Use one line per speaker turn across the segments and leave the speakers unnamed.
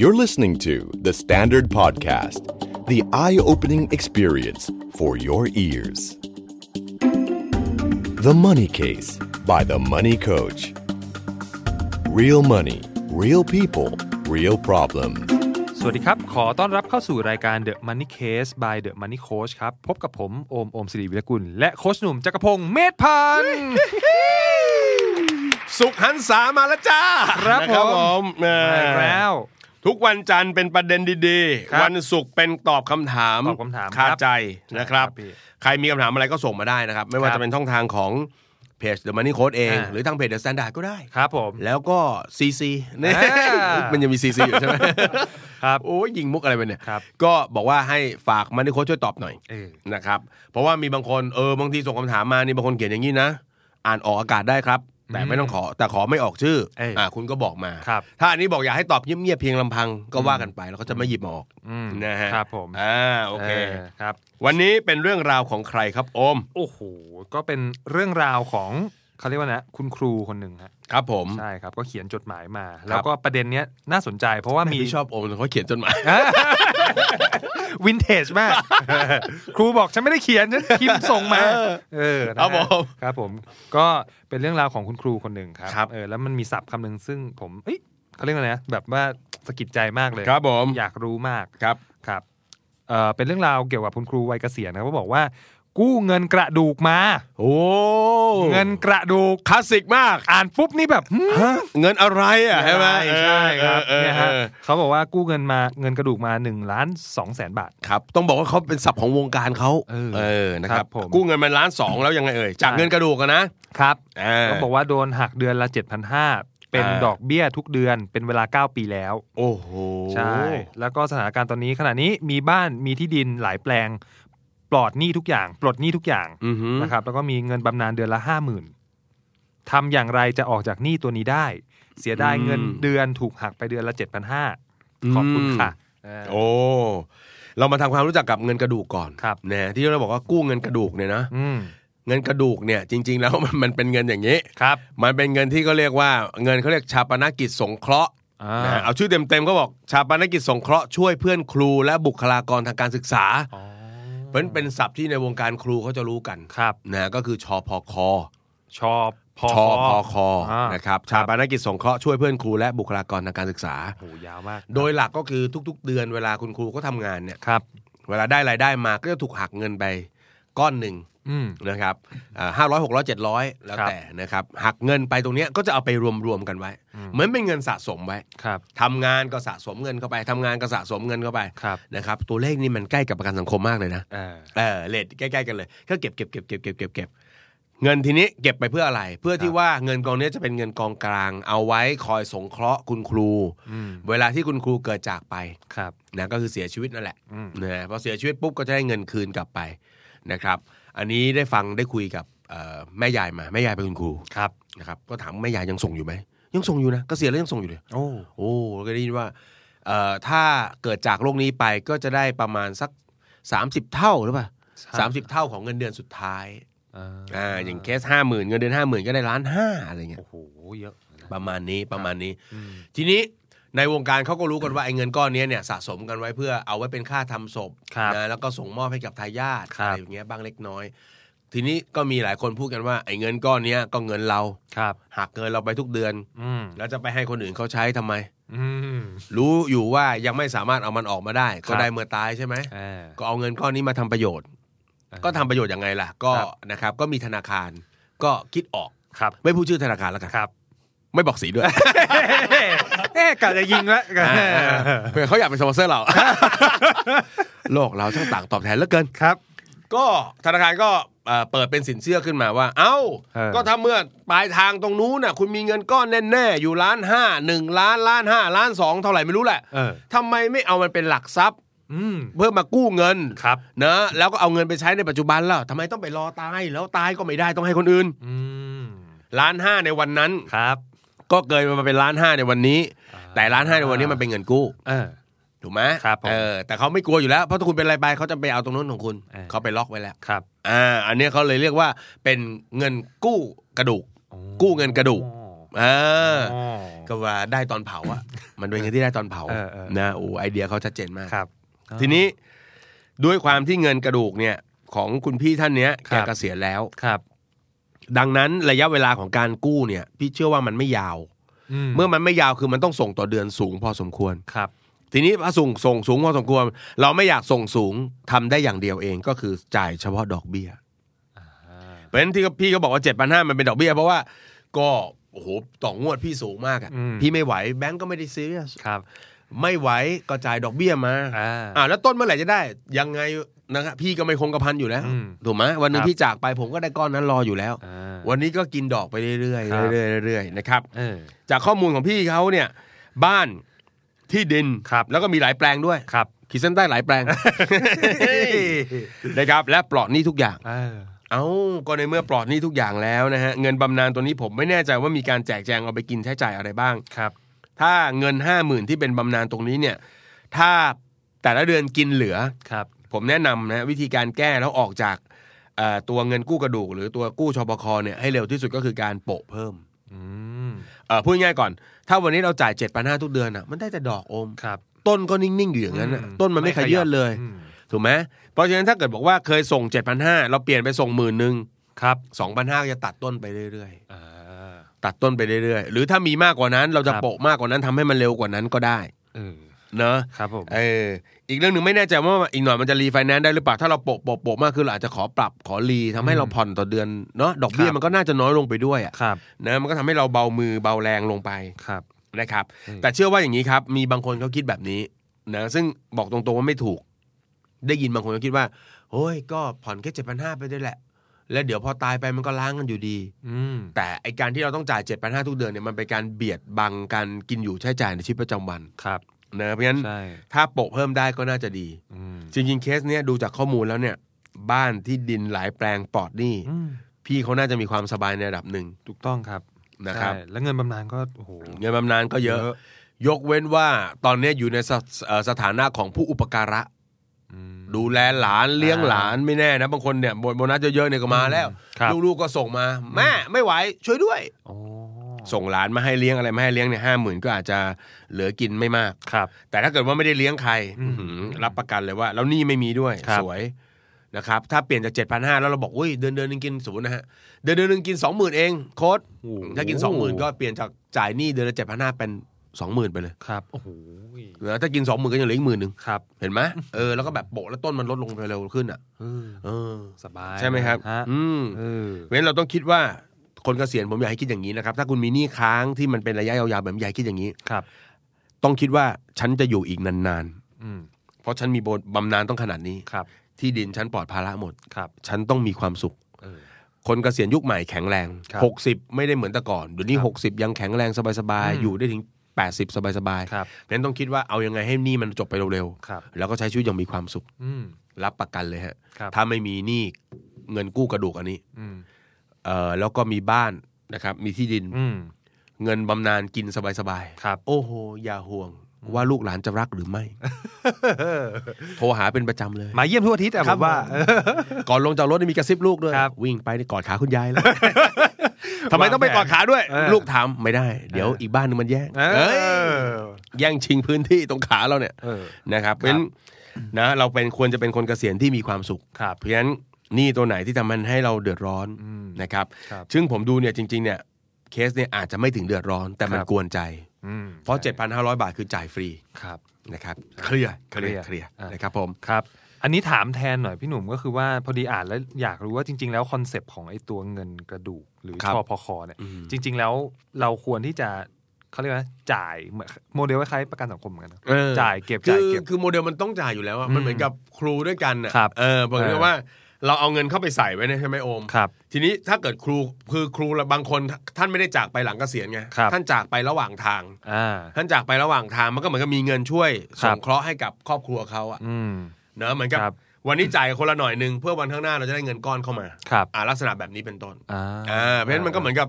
You're listening to The Standard Podcast, the eye opening experience for your ears. The Money Case by The Money Coach. Real money, real people, real problem.
สวัสดีครับ ขอต้อนรับเข้าสู่รายการ The Money Case by The Money Coach ครับ พบกับผม โอม โอมสิริวิรกุล และโคชหนุ่มจักรพงศ์เมธพันธ์
สุขหันษามาแล้วจ้า
ครับ
นะ
ผม
แหม่
มาอีกแล้ว
ทุกวันจันทร์เป็นประเด็นดี
ครับ
ๆ วันศุกร์เป็นตอบคำถาม
ตอบคำถาม
คา
ครับ
ใจนะครับ
ใช่ครับพี่
ใครมีคำถามอะไรก็ส่งมาได้นะครับ ไม่ว่า
ครับ
จะเป็นช่องทางของเพจ The Money Code เอง
อ่า
หรือทางเพจ The Standard ก็ได้
ครับผม
แล้วก็ CC เนี่ย
อ่ามั
มันยังมี CC อยู่ใช่ไหม
ครับ
โอ้ยยิงมุกอะไรไปเนี่ย
ครับ
ก็บอกว่าให้ฝากมันนี่โค้ชช่วยตอบหน่อย
เออ
นะครับเพราะว่ามีบางคนเออบางทีส่งคำถามมานี่บางคนเขียนอย่างนี้นะ อ่านออกอากาศได้ครับ แต่
อืม
ไม่ต้องขอแต่ขอไม่ออกชื่อ
เอ้ย
อ่าคุณก็บอกมา
ครับ
ถ้าอันนี้บอกอยากให้ตอบเงียบๆเพียงลำพังก็ว่ากันไปแล้วก็จะไม่หยิบมาออก
อืม
นะฮะ
ครับผม
อ่าโอเค
ครับ
วันนี้เป็นเรื่องราวของใครครับโอม
โอ้โห ก็เป็นเรื่องราวของเขาเรียกว่านะ คุณครูคนหนึ่งฮะ
ครับผม
ใช่ครับ ก็เขียนจดหมายมา แล้วก็ประเด็นเนี้ยน่าสนใจ เพราะว่ามี
พี่ชอบโอมเขาเขียนจดหมาย
วินเทจมาก ครูบอกฉันไม่ได้เขียนฉันพิมพ์ส่งมาเออนะฮะ
ครับผม
ครับผม ก็เป็นเรื่องราวของคุณครูคนหนึ่งครั
ครับ
เออแล้วมันมีศัพท์คำหนึ่งซึ่งผมเอ้ยเขาเรียกว่าไงนะแบบว่าสะกิดใจมากเลย
ครับผม
อยากรู้มาก
ครับ
ครับเออเป็นเรื่องราวเกี่ยวกับคุณครูวัยเกษียณนะครับเขาบอกว่า กู้เงินกระดูกมา
โอ้
เงินกระดูก
คลาสสิกมาก
อ่านปุ๊บนี่ แบบหืม
ฮะเงินอะไรอ่ะใช่ไหม
ใช่ครับ
เออ
เนี่ย
เอ
ฮะ
อเออ
เขาบอกว่ากู้เงินมาเงินกระดูกมา1นึ่งล้านสองแสนบาท
ครับต้องบอกว่าเขาเป็นศัพท์ของวงการเขา
เออ
อนะครับ
ครับผม
กู้เงินมาล้านสองแล้วยังไงเอ่ยจากเงินกระดูกอะนะ
ครับ
อ่า
เขาบอกว่าโดนหักเดือนละ 7,500 เป็น
อ่า
ดอกเบี้ยทุกเดือนเป็นเวลา 9 ปีแล้ว
โอ้โห
ใช่ แล้วก็สถานการณ์ตอนนี้ขณะนี้มีบ้านมีที่ดินหลายแปลง ปลอดหนี้ทุกอย่าง ปลดหนี้ทุกอย่าง
อือหือ
นะครับแล้วก็มีเงินบำนาญเดือนละ 5 0,000ทำอย่างไรจะออกจากหนี้ตัวนี้ได้ เสียดายเงินเดือนถูกหักไปเดือนละ 7,500ขอบคุณค่ะเออ
โอ้เรามาทำความรู้จักกับเงินกระดูกก่อน
ครับ
นะที่เราบอกว่ากู้เงินกระดูกเนี่ยนะ
อืม
เงินกระดูกเนี่ยจริง ๆ แล้ว มันมันเป็นเงินอย่างนี้
ครับ
มันเป็นเงินที่เขาเรียกว่าเงินเขาเรียกชาปนกิจสงเคราะห์
อ่า
นะเอาชื่อเต็มๆก็บอกชาปนกิจสงเคราะห์ช่วยเพื่อนครูและบุคลากรทางการศึกษา
อ๋อ
เพราะฉะนั้นเป็นศัพท์ที่ในวงการครูเขาจะรู้กัน
ครับ
นะก็คือชพค
ชอบพอ
ชพค
อ่าน
นะครับชาปนกิจสงเคราะห์ช่วยเพื่อนครูและบุคลากรทางการศึกษา
โหยาวมาก
โดยหลักก็คือทุก ๆ เดือนเวลาคุณครูก็ทำงานเนี่ย
ครับ
เวลาได้รายได้มาก็จะถูกหักเงินไปก้อนหนึ่ง
อืม
นะครับห้าร้อยหกร้อยเจ็ดร้อยแล้วแต่นะครับหักเงินไปตรงเนี้ยก็จะเอาไปรวมๆกันไว้
อืม
เหมือนเป็นเงินสะสมไว้
ครับ
ทำงานก็สะสมเงินเข้าไปทำงานก็สะสมเงินเข้าไป
ครับ
นะครับตัวเลขนี่มันใกล้กับประกันสังคมมากเลยนะ
เออ
เออเลทใกล้ๆกันเลยก็เก็บเก็บเก็บเก็บเก็บเก็บเก็บเงินทีนี้เก็บไปเพื่ออะไร เพื่อที่
ครับ
ว่าเงินกองเนี้ยจะเป็นเงินกองกลาง เอาไว้คอยสงเคราะห์คุณครู
อืม
เวลาที่คุณครูเกิดจากไป
ครับ
นะก็คือเสียชีวิตนั่นแหละ
อืม
นะพอเสียชีวิตปุ๊บก็จะได้เงินคืนกลับไปนะครับ อันนี้ได้ฟังได้คุยกับเอ่อแม่ยายมาแม่ยายเป็นคุณครู
ครับ
นะครับก็ถามแม่ยายยังส่งอยู่ไหมยังส่งอยู่นะก็เสียแล้วยังส่งอยู่เลย
โอ้
โอ้แล้วก็ได้ยินว่าเอ่อถ้าเกิดจากโรคนี้ไปก็จะได้ประมาณสัก 30 เท่าหรือเปล่าสามสิบเท่าของเงินเดือนสุดท้าย
อ่า
อ่าอย่างเคสห้าหมื่นเงินเดือนห้าหมื่นก็ได้ล้านห้าอะไรเงี้ย
โอ้โหเยอะนะ
ประมาณนี้ประมาณนี้
อืม
ทีนี้ในวงการเขาก็รู้กันว่าไอ้เงินก้อนเนี้ยเนี่ยสะสมกันไว้เพื่อเอาไว้เป็นค่าทำศพ
ครับ
นะแล้วก็ส่งมอบให้กับทายาท
ครับ
อะไรอย่างเงี้ยบ้างเล็กน้อย ทีนี้ก็มีหลายคนพูดกันว่าไอ้เงินก้อนเนี้ยก็เงินเรา
ครับ
หักเงินเราไปทุกเดือน
อืม
แล้วจะไปให้คนอื่นเขาใช้ทำไม
อืม
รู้อยู่ว่ายังไม่สามารถเอามันออกมาได้
ครับ
ก็ได้เมื่อตายใช่ไหม
เออ
ก็เอาเงินก้อนนี้มาทำประโยชน์ ก็ทำประโยชน์ยังไงล่ะ ก็
ครับ
นะครับก็มีธนาคารก็คิดออก
ครับ
ไม่พูดชื่อธนาคารแล้วกัน
ครับ
ไม่บอกสีด้วย
เอ๊ะกะจะยิงแล้วกะ
อ่าเผื่อเขาอยากเป็นสปอนเซอร์เรา โลกเราช่างต่างตอบแทนเหลือเกิน
ครับ
ก็ธนาคารก็เอ่อเปิดเป็นสินเชื่อขึ้นมาว่า เอ้า
เออ
ก็ถ้าเมื่อปลายทางตรงนู้นน่ะ คุณมีเงินก้อนแน่ๆ อยู่ล้านห้าหนึ่งล้านล้านห้าล้านสองเท่าไหร่ไม่รู้แหละ
เออ
ทำไมไม่เอามันเป็นหลักทรัพย์
อืม
เพื่อมากู้เงิน
ครับ
นะแล้วก็เอาเงินไปใช้ในปัจจุบันล่ะทำไมต้องไปรอตายแล้วตายก็ไม่ได้ต้องให้คนอื่น
อืม
ล้านห้าในวันนั้น
ครับ
ก็เกินมาเป็นล้านห้าในวันนี้ แต่ล้านห้าในวันนี้มันเป็นเงินกู้
เออ
ถูกไหม
ครับผม
เออแต่เขาไม่กลัวอยู่แล้ว เพราะถ้าคุณเป็นอะไรไปเขาจะไปเอาตรงนู้นของคุณ
เออ
เขาไปล็อกไว้แล้ว
ครับ
อ่าอันเนี้ยเขาเลยเรียกว่าเป็นเงินกู้กระดูก
โอ้
กู้เงินกระดูก
โอ้
เอออ
อ๋อ
ก็ว่าได้ตอนเผาอะ มันเป็นเงินที่ได้ตอนเผา
เออเออ
นะโอ้ไอเดียเขาชัดเจนมาก
ครับ
ทีนี้ด้วยความที่เงินกระดูกเนี่ย ของคุณพี่ท่านเนี้ย
ครั
แก
บ
เกษียณแล้ว
ครับ
ดังนั้นระยะเวลาของการกู้เนี่ย พี่เชื่อว่ามันไม่ยาว เมื่อมันไม่ยาวคือมันต้องส่งต่อเดือนสูงพอสมควร
ครับ
ทีนี้พอส่งส่งสูงพอสมควร เราไม่อยากส่งสูงทำได้อย่างเดียวเองก็คือจ่ายเฉพาะดอกเบี้ยเพราะฉะนั้นที่พี่ก็บอกว่าเจ็ดพันห้ามันเป็นดอกเบี้ยเพราะว่าก็โอ้โหต่องวดพี่สูงมากอะ
อืม
พี่ไม่ไหวแบงก์ก็ไม่ได้ซื้อ
ครับ
ไม่ไหวก็จ่ายดอกเบี้ยมา
อ่า
อ่าแล้วต้นเมื่อไหร่จะได้ ยังไงนะครับพี่ก็ไม่คงกระพันอยู่แล้ว
อืม
ถูกไหมวันหนึงพี่จากไปผมก็ได้ก้อนนั้นรออยู่แล้ว
อ่า
วันนี้ก็กินดอกไปเรื่อยๆเรื่
ครับ
อยๆเรื่อยๆนะครับ
เออ
จากข้อมูลของพี่เขาเนี่ยบ้านที่ดิน
ครับ
แล้วก็มีหลายแปลงด้วย
ครับ
ขีดเส้นใต้หลาย แปลง นะครับ และปลอดหนี้ทุกอย่าง
เออ
เอ้าก็ในเมื่อปลอดหนี้ทุกอย่างแล้วนะฮะเงินบำนาญตัวนี้ผมไม่แน่ใจว่ามีการแจกแจงเอาไปกินใช้จ่ายอะไรบ้าง
ครับ
ถ้าเงินห้าหมื่นที่เป็นบำนาญตรงนี้เนี่ย ถ้าแต่ละเดือนกินเหลือ
ครับ
ผมแนะนำนะวิธีการแก้แล้วออกจากเอ่อตัวเงินกู้กระดูก หรือตัวกู้ชปคเนี่ยให้เร็วที่สุดก็คือการโปะเพิ่ม
อืม
เอ่อพูดง่ายๆก่อน ถ้าวันนี้เราจ่าย7จ็ดพันห้าทุกเดือนอ่ะมันได้แต่ดอกอม
ครับ
ต้นก็นิ่ง ๆ อยู่อย่างนั้นน่ะต้นมันไม่ขยื่นเลย
อืม
ถูกไหมเพราะฉะนั้นถ้าเกิดบอกว่าเคยส่ง 7 5 0 0 เราเปลี่ยนไปส่งหมื่นหนึ่ง
ครับ
สองพันห้าจะตัดต้นไปเรื่อย
อ่า
ๆ ตัดต้นไปเรื่อยๆ หรือถ้ามีมากกว่านั้นเราจะ
ครับ
โปะมากกว่านั้นทำให้มันเร็วกว่านั้นก็ได้
เออ
เนอะ
ครับผม
เอออีกเรื่องหนึ่งไม่แน่ใจว่าอีกหน่อยมันจะรีไฟแนนซ์ได้หรือเปล่า ถ้าเราโปะโปะโปะมากคือเราอาจจะขอปรับขอรีทำให้
อืม
เราผ่อนต่อเดือนเนาะดอกเบี้
ค
ย
รับ
มันก็น่าจะน้อยลงไปด้วยอะ
ครับ
นะมันก็ทำให้เราเบามือเบาแรงลงไป
ครับ
นะครับ
อืม
แต่เชื่อว่าอย่างนี้ครับ มีบางคนเขาคิดแบบนี้นะซึ่งบอกตรงๆว่าไม่ถูก ได้ยินบางคนเขาคิดว่าโอ้ยก็ผ่อนแค่เจ็ดพันห้าไปด้วยแหละ แล้วเดี๋ยวพอตายไปมันก็ล้างกันอยู่ดี
อืม
แต่ไอการที่เราต้องจ่ายเจ็ดพันห้าทุกเดือนเนี่ยมันเป็นการเบียดบังการกินอยู่ใช้จ่ายในชีวิตประจำวัน
ครับ
นะเพราะฉะนั้น
ใช่
ถ้าโปะเพิ่มได้ก็น่าจะดี
อืม
จริงๆ เคสเนี้ยดูจากข้อมูลแล้วเนี่ย บ้านที่ดินหลายแปลงปลอดหนี้
อืม
พี่เขาน่าจะมีความสบายในระดับหนึ่ง
ถูกต้องครับ
นะครับ
ใช่แล้วเงินบำนาญก็โอ้โห
เงินบำนาญก็เยอะ
เยอะ
ยกเว้นว่าตอนเนี้ยอยู่ในสถเอ่อสถานะของผู้อุปการะ
อืม
ดูแลหลานเลี้ยงหลานไม่แน่นะบางคนเนี่ยโบนัสเยอะๆเนี่ยก็มาแล้ว
ครับ
ลูกๆก็ส่งมา แม่ไม่ไหวช่วยด้วย
โอ้
ส่งหลานมาให้เลี้ยงอะไรมาให้เลี้ยงเนี่ยห้าหมื่นก็อาจจะเหลือกินไม่มาก
ครับ
แต่ถ้าเกิดว่าไม่ได้เลี้ยงใคร
อืม
อื้อหือรับประกันเลยว่า แล้วหนี่ไม่มีด้วย
ครับ
สวยนะครับ ถ้าเปลี่ยนจากเจ็ดพันห้าแล้วเราบอกอุ้ยเดือนเดือนหนึงกินสมมตินะฮะเดือนเดือนหนึงกินสองหมื่นเองโค้ดถ้ากินสองหมื่นก็เปลี่ยนจากจ่ายหนี้เดือนละเจ็ดพันห้าเป็นสองหมื่นไปเลย
ครับโอ้โห
แล้วถ้ากินสองหมื่นก็ยังเหลืออีกหมื่นหนึ่ง
ครับ
เห็นไหมเออแล้วก็แบบโปะแล้วต้นมันลดลงไปเร็วขึ้นอ่ะ
เออ
เออ
สบาย
ใช่ไหมครับ
ฮะ
อืม
เออ
เพราะฉะนั้นเราต้องคิดว่าคนเกษียณผมอยากให้คิดอย่างนี้นะครับถ้าคุณมีหนี้ค้างที่มันเป็นระยะยาวๆแบบอยากให้คิดอย่างนี้
ครับ
ต้องคิดว่าฉันจะอยู่อีกนานๆ
อืม
เพราะฉันมีโบนบำนาญต้องขนาดนี้
ครับ
ที่ดินฉันปลอดภาระหมด
ครับ
ฉันต้องมีความสุข
เออ
คนเกษียณยุคใหม่แข็งแรง
ครับ
60 ไม่ได้เหมือนแต่ก่อนเดี๋ยวนี้
ครับ
60 ยังแข็งแรงสบาย
อืม
ๆอยู่ได้ถึง 80 สบาย
ครับ
ๆนั้นต้องคิดว่าเอายังไงให้หนี้มันจบไปเร็ว
ครับ
ๆ แล้วก็ใช้ชีวิตอย่างมีความสุข
อืม
รับประกันเลยฮะ
ครับ
ถ้าไม่มีหนี้เงินกู้กระดูกอันนี้
อืม
เอ่อแล้วก็มีบ้านนะครับมีที่ดิน
อืม
เงินบำนาญกินสบาย
ครับ
ๆ โอ้โหอย่าห่วง ว่าลูกหลานจะรักห รือไม่ โทรหาเป็นประจำเลย
มาเยี่ยมทุกอาทิตย์อะ
ค
ผ
รับ
มว่า
ผม ก่อนลงจากรถนี่มีกระซิบลูกด้วย
ครับ
วิ่งไปนี่กอดขาคุณยายแล้ว ทำไมต้องไปกอดขาด้วย
เออ
ลูกถามไม่ได้ เดี๋ยว
เอออี
อีกบ้านหนึงมันแย่ง
เอ
เอ้ย
อ
แย่งชิงพื้นที่ตรงขาเราเนี่ย
เออ
นะครับเพราะฉะนั้นนะเราเป็นควรจะเป็นคนเกษียณที่มีความสุข
ครับ
เพราะฉะนั้นหนี่ตัวไหนที่ทำมันให้เราเดือดร้อน
อืม
นะครับ
ครับ
ซึ่งผมดูเนี่ยจริง ๆ เนี่ยเคสเนี่ยอาจจะไม่ถึงเดือดร้อนแต่มัน
ครับ
กวนใจ
อืม
เพราะ
ใช่
7,500 บาทคือจ่ายฟรี
ครับ
นะครับเคลียร์เคลียร์
เค
เค
ลี
ลี
ย
ย
ร์
ร์
อ่ะ
นะครับผม
ครับ อันนี้ถามแทนหน่อยพี่หนุ่มก็คือว่าพอดีอ่านแล้วอยากรู้ว่าจริง ๆ แล้วคอนเซปต์ของไอ้ตัวเงินกระดูก หรือชอพอคอเนี่ย
อืม
จริง ๆ แล้วเราควรที่จะเขาเรียกว่าจ่ายเหมือนโมเดลคล้ายๆประกันสังคมเหมือนกันเนอะ
เออ
จ่ายเก็บ
คื
จ่าย
อ
เก็บ
คือโมเดลมันต้องจ่ายอยู่แล้วอะ
อืม
มันเหมือนกับครูด้วยกันอะ
ครับ
เออเหมือน
เอ
กับ
อ
ว่าเราเอาเงินเข้าไปใส่ไว้ในใช่ไหมโอม
ครับ
ทีนี้ถ้าเกิดครูคือครูบางคนท่านท่านไม่ได้จากไปหลังเกษียณไง
ครับ
ท่านจากไประหว่างทาง
อ่า
ท่านจากไประหว่างทางมันก็เหมือนกับมีเงินช่วย
ครั
ส่
บ
งเคราะห์ให้กับครอบครัวเขาอะ
อืม
เนอะเหมือนกับ
ครับ
วันนี้จ่ายคนละหน่อยหนึ่งเพื่อวันข้างหน้าเราจะได้เงินก้อนเข้ามา
ครับ
อ่าลักษณะแบบนี้เป็นต้น
อ่า
อ่าเพราะฉะนั้นมันก็เหมือนกับ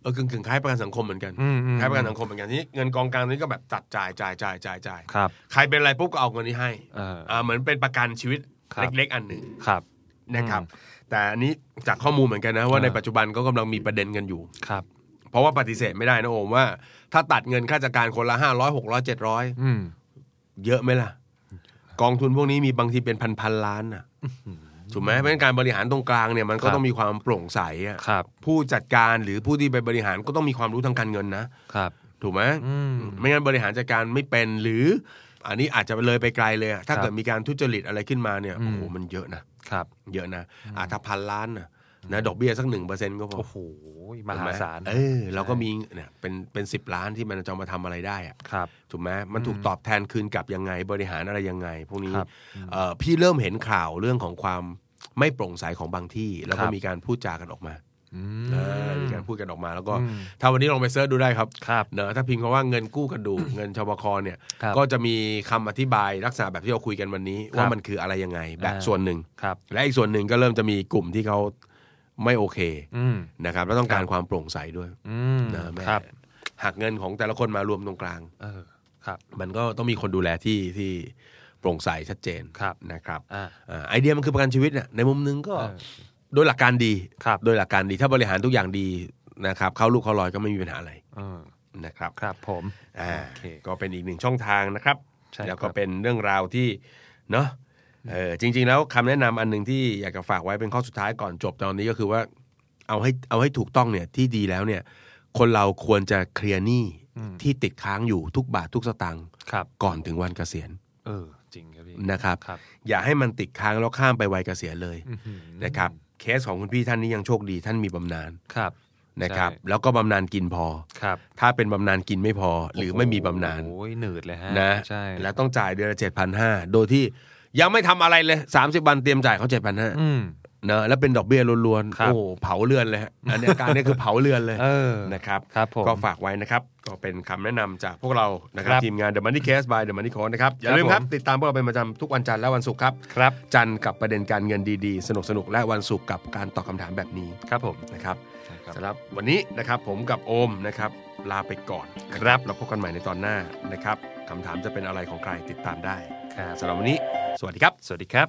เออกึ่งกึ่งๆคล้ายประกันสังคมเหมือนกัน
อืมอืม
คล้ายประกันสังคมเหมือนกันทีนี้เงินกองกลางนี้ก็แบบตัดจ่ายจ่ายจ่ายจ่ายจ่าย
ครับ
ใครเป็นอะไรปุ๊บก็เอาเงินนี้ให้
เออ
อ่าเหมือนเป็นประกันชีวิต
ครับ
เล็กๆ อันหนึ่ง
ครับ
นะครับ แต่อันนี้จากข้อมูลเหมือนกันนะว่า
อ่า
ในปัจจุบันก็กำลังมีประเด็นกันอยู่
ครับ
เพราะว่าปฏิเสธไม่ได้นะโอมว่า ถ้าตัดเงินค่าจัดการคนละห้าร้อยหกร้อยเจ็ดร้อย
อืม
เยอะไหมล่ะ กองทุนพวกนี้มีบางทีเป็นพันพันๆล้านน่ะถูกไหมเพราะฉะนั้นการบริหารตรงกลางเนี่ยมันก็
ครับ
ต้องมีความโปร่งใสอะ
ครับ
ผู้จัดการหรือผู้ที่ไปบริหารก็ต้องมีความรู้ทางการเงินนะครับ ถูกไหม
อืม
ไม่งั้นบริหารจัดการไม่เป็นหรือ อันนี้อาจจะเลยไปไกลเลยอะถ้า
ครับ
เกิดมีการทุจริตอะไรขึ้นมาเนี่ย
อืม
โอ้โหมันเยอะนะครับ เยอะนะอาจถ้าพันล้านนะนะดอกเบี้ยสักหนึ่งเปอร์เซ็นต์ก็พอ
โอ้โหมหาศาล
ถูกไหมเออเราก็มีเนี่ยเป็นเป็นสิบล้านที่มันจะเอามาทำอะไรได้อะ
ครับ
ถูกไหมมันถูกตอบแทนคืนกลับยังไงบริหารอะไรยังไง พวกนี้
ครับ
เอ่อพี่เริ่มเห็นข่าวเรื่องของความไม่โปร่งใสของบางที่ แล้วก็
ครับ
มีการพูดจากันออกมา
อื
เออมี
ม
การพูดกันออกมา แล้วก็
อืม
ถ้าวันนี้ลองไปเสิร์ชดูได้ครับ
ครับ
เนอะถ้าพิมพ์คำว่าเงินกู้กระดูก เงินชบคเนี่ย
ครับ
ก็จะมีคำอธิบายลักษณะแบบที่เราคุยกันวันนี้
ครับ
ว่ามันคืออะไรยังไง แบบ
อ่า
ส่วนหนึ่ง
ครับ
และอีกส่วนหนึ่งก็เริ่มจะมีกลุ่มที่เขาไม่โอเค
อืม
นะครับแล้วต้องการความโปร่งใสด้วย
อืม
นะแม่
ครับ
หักเงินของแต่ละคนมารวมตรงกลาง
เออครับ
มันก็ต้องมีคนดูแลที่ที่โปร่งใสชัดเจน
ครับ
นะครับ
อ่า
อ่าไอเดียมันคือประกันชีวิตเนี่ยในมุมหนึงก็
เออ
โดยหลักการดี
ครับ
โดยหลักการดีถ้าบริหารทุกอย่างดีนะครับเข้าลูกเข้ารอยก็ไม่มีปัญหาอะไร
เออ
นะครับ
ครับผม
อ่า
โอเค
ก็เป็นอีกหนึ่งช่องทางนะครับ
ใช่ครับ
แล้วก็เป็นเรื่องราวที่เนาะเออจริง ๆ แล้วคำแนะนำอันหนึ่งที่อยากจะฝากไว้เป็นข้อสุดท้ายก่อนจบตอนนี้ก็คือว่าเอาให้เอาให้ถูกต้องเนี่ยที่ดีแล้วเนี่ย คนเราควรจะเคลียร์หนี้
อืม
ที่ติดค้างอยู่ทุกบาททุกสตางค์
ครับ
ก่อนถึงวันเกษียณ
เออ จริงครับพี่
นะครับ
ครับ
อย่าให้มันติดค้างแล้วข้ามไปวัยเกษียณเลย
อื้อหือ
นะครับ เคสของคุณพี่ท่านนี้ยังโชคดีท่านมีบำนาญ
ครับ
นะครับ
ใช่
แล้วก็บำนาญกินพอ
ครับ
ถ้าเป็นบำนาญกินไม่พอ หรือไม่มีบำนาญ
โอ้ยหนืดเลยฮะ
นะ
ใช่
แล้วต้องจ่ายเดือนละเจ็ดพันห้าโดยที่ยังไม่ทำอะไรเลยสามสิบวันเตรียมจ่ายเขาเจ็ดพันห้า
อืม
เนอะแล้วเป็นดอกเบี้ยล้วนๆ
ครับ
โอ้โหเผาเรือนเลยฮะอันเนี้ยการเนี้ยคือเผาเรือนเลย
เออ
นะครับ
ครับผม
ก็ฝากไว้นะครับ ก็เป็นคำแนะนำจากพวกเรานะครับ
ครับ
ทีมงาน The Money Case by The Money Coach นะครับ อย่าลืม
ค
ค
รับ
รั
บ ผม
ติดตามพวกเราเป็นประจำทุกวันจันทร์และวันศุกร์ครับ
ครับ
จันทร์กับประเด็นการเงินดีๆ สนุกๆ และวันศุกร์กับการตอบคำถามแบบนี้
ครับผม
นะครับ
ใช่ครับ
สำหรับวันนี้นะครับผมกับโอมนะครับลาไปก่อนนะครับ เราพบกันใหม่ในตอนหน้านะครับคำถามจะเป็นอะไรของใครติดตามได้
ครับ
สำหรับวันนี้ สวัสดีครับ
สวัสดีครับ